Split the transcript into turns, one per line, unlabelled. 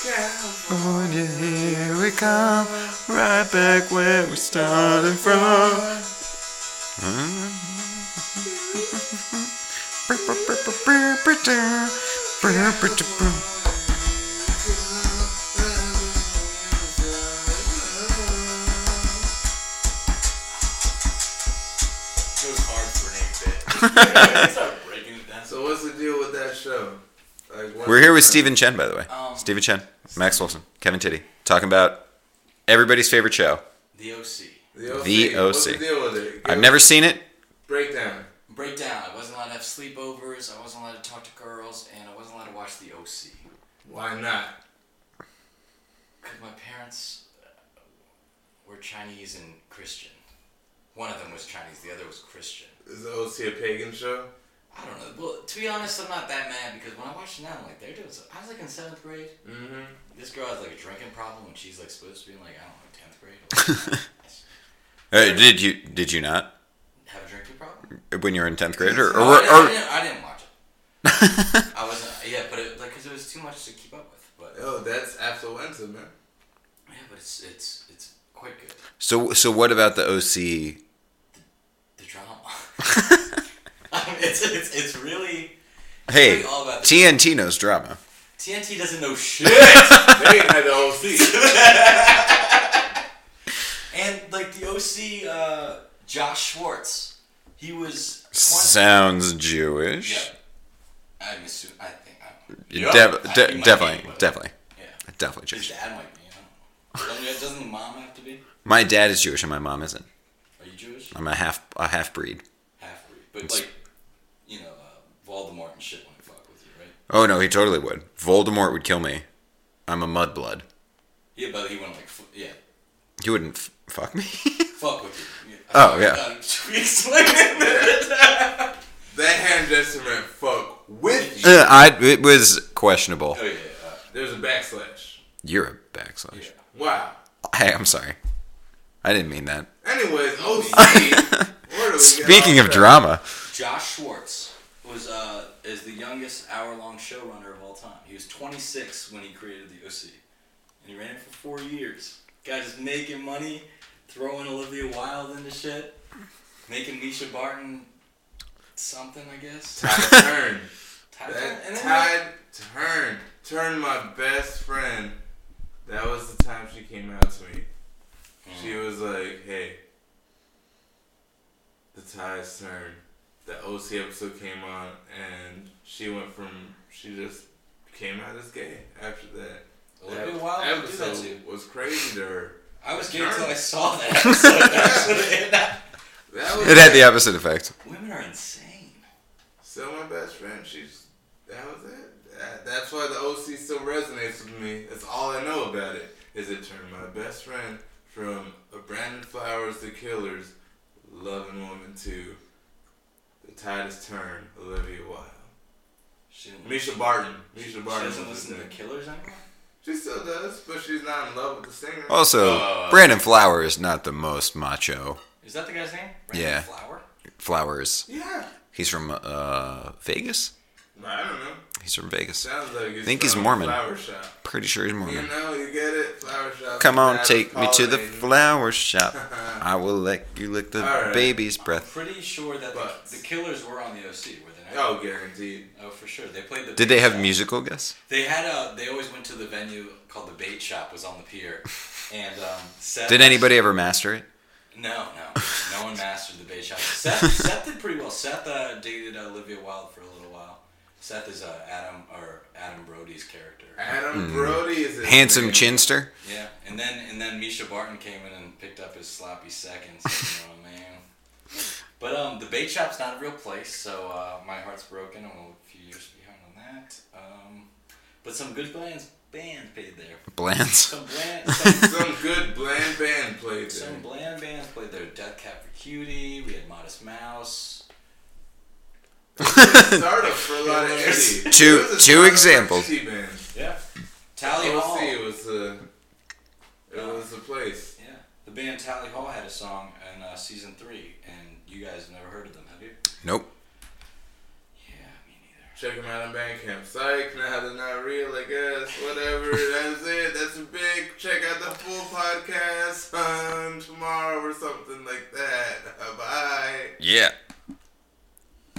California, here we come, right back where we started from.
It was hard for an 8 bit. Start breaking it down.
So what's the deal with that show? Like, what-
We're here with Stephen Chen, by the way.
Um,
Stephen Chen, Max Wilson, Kevin Titty, talking about everybody's favorite show.
The OC.
The OC.
The
What's
OC.
the deal with it?
I've never seen it.
breakdown.
Breakdown. I wasn't allowed to have sleepovers, I wasn't allowed to talk to girls, and I wasn't allowed to watch The OC.
Why not?
Because my parents uh, were Chinese and Christian. One of them was Chinese, the other was Christian.
Is the OC a pagan show?
I don't know. Well, to be honest, I'm not that mad because when I watched it now, I'm like, they're doing so. I was like in seventh grade.
Mm-hmm.
This girl has like a drinking problem, and she's like supposed to be in like I don't know tenth grade. I'm like,
Uh, did you? Did you not?
have a drinking problem?
When you were in tenth grade, or, or,
No, I, didn't, I,
or
didn't, I didn't watch it. I wasn't. Yeah, but it, like because it was too much to keep up with. But
Oh, that's affluenza, man.
yeah, but it's it's it's quite good.
so? So what about the OC?
The drama. I mean, it's it's it's really.
Hey,
Really all about the-
TNT knows drama.
TNT doesn't know shit.
They ain't had the OC.
And like the OC, uh, Josh Schwartz, he was. 20
Sounds Jewish.
Yeah. I'm assuming. I think. I don't know.
You def-
I-
de-
he might
definitely,
be, but-
definitely,
Yeah.
definitely
His
Jewish.
dad might be. I don't know. Doesn't- Doesn't the mom have to be?
My dad is Jewish and my mom isn't.
Are you Jewish?
I'm a half a half breed.
Half breed. But like, you know, uh, Voldemort and shit won't fuck with you, right?
Oh no, he totally would. Voldemort would kill me. I'm a mudblood.
Yeah, but he wouldn't like. F- yeah.
He wouldn't f- fuck me.
Fuck with you. Yeah.
Oh, yeah.
Uh, should we explain it?
that hand gesture meant fuck with you.
Uh, I, it was questionable.
oh yeah. Uh,
There's a backslash.
You're a backslash.
yeah.
Wow.
Hey, I'm sorry. I didn't mean that.
Anyways, OC. where do we get
Speaking
off
of
track?
drama,
Josh Schwartz was uh, is the youngest hour-long showrunner of all time. He was 26 when he created the OC, and he ran it for four years. Guy just making money, throwing Olivia Wilde into shit, making Misha Barton something, I guess.
Tide turn.
Tide Turner?
That
And then,
tide turn. Turn my best friend. That was the time she came out to me. She
Mm.
was like, hey, the tide's turned. The OC episode came on, and she went from, she just came out as gay after that.
Olivia
That
Wilde would do that
episode
too.
was crazy to her.
I was gay until I saw that episode. actually, and I-
That was
it had the opposite effect.
Women are insane.
Still my best friend. She's that was it. That, that's why the OC still resonates with me. That's all I know about it. Is it turned my best friend from a Brandon Flowers to Killers, loving woman to the tide has turned. Olivia Wilde,
She
Misha Barton.
she
Misha Barton.
doesn't listen
was his
to the
name.
Killers anymore.
She still does, but she's not in love with the singer.
Also,
Uh,
Brandon Flower is not the most macho.
Is that the guy's name?
Yeah.
Flower.
Flowers.
yeah.
He's from uh, Vegas.
I don't know.
He's from Vegas.
Sounds like he's
Think he's
from a
Mormon.
Flower shop.
Pretty sure he's
You
Mormon.
know, you get it. Flower shop.
Come on,
Tide
take me to the
pollinating.
flower shop. I will let you lick the
All right.
baby's
I'm
breath.
pretty sure that
But-
the, the Killers were on the OC, were they not?
Oh, guaranteed.
Oh, for sure. They played the.
Did they have
bait
musical guests?
shop. They had a. They always went to the venue called the Bait Shop. Was on the pier, and um, Seth.
Did anybody ever master it?
No, no, no one mastered the Bait Shop. Seth, Seth did pretty well. Seth uh, dated Olivia Wilde for a little while. Seth is uh, Adam or Adam Brody's character.
Adam Brody is his
Mm. Handsome
name.
chinster.
Yeah, and then and then Misha Barton came in and picked up his sloppy seconds. You know what I mean? But um, the bait shop's not a real place, so uh, my heart's broken. I'm a few years behind on that. Um, but some good bands bands played there.
Bland's.
Some bland some,
Some good bland band played there.
some bland bands played there. Death Cab for Cutie. We had Modest Mouse.
Startup for a lot of
Two-
indie.
two
It was a startup for
examples.
indie band.
Yeah. Tally Hall.
OC was the it was the place.
Yeah, the band Tally Hall had a song in uh, season three, and you guys never heard of them, have you?
Nope.
Yeah, me neither.
Check him out on Bandcamp. Psych, now they're not real, I guess. Whatever, that's it. That's a big. Check out the full podcast on tomorrow or something like that. Bye.
Yeah.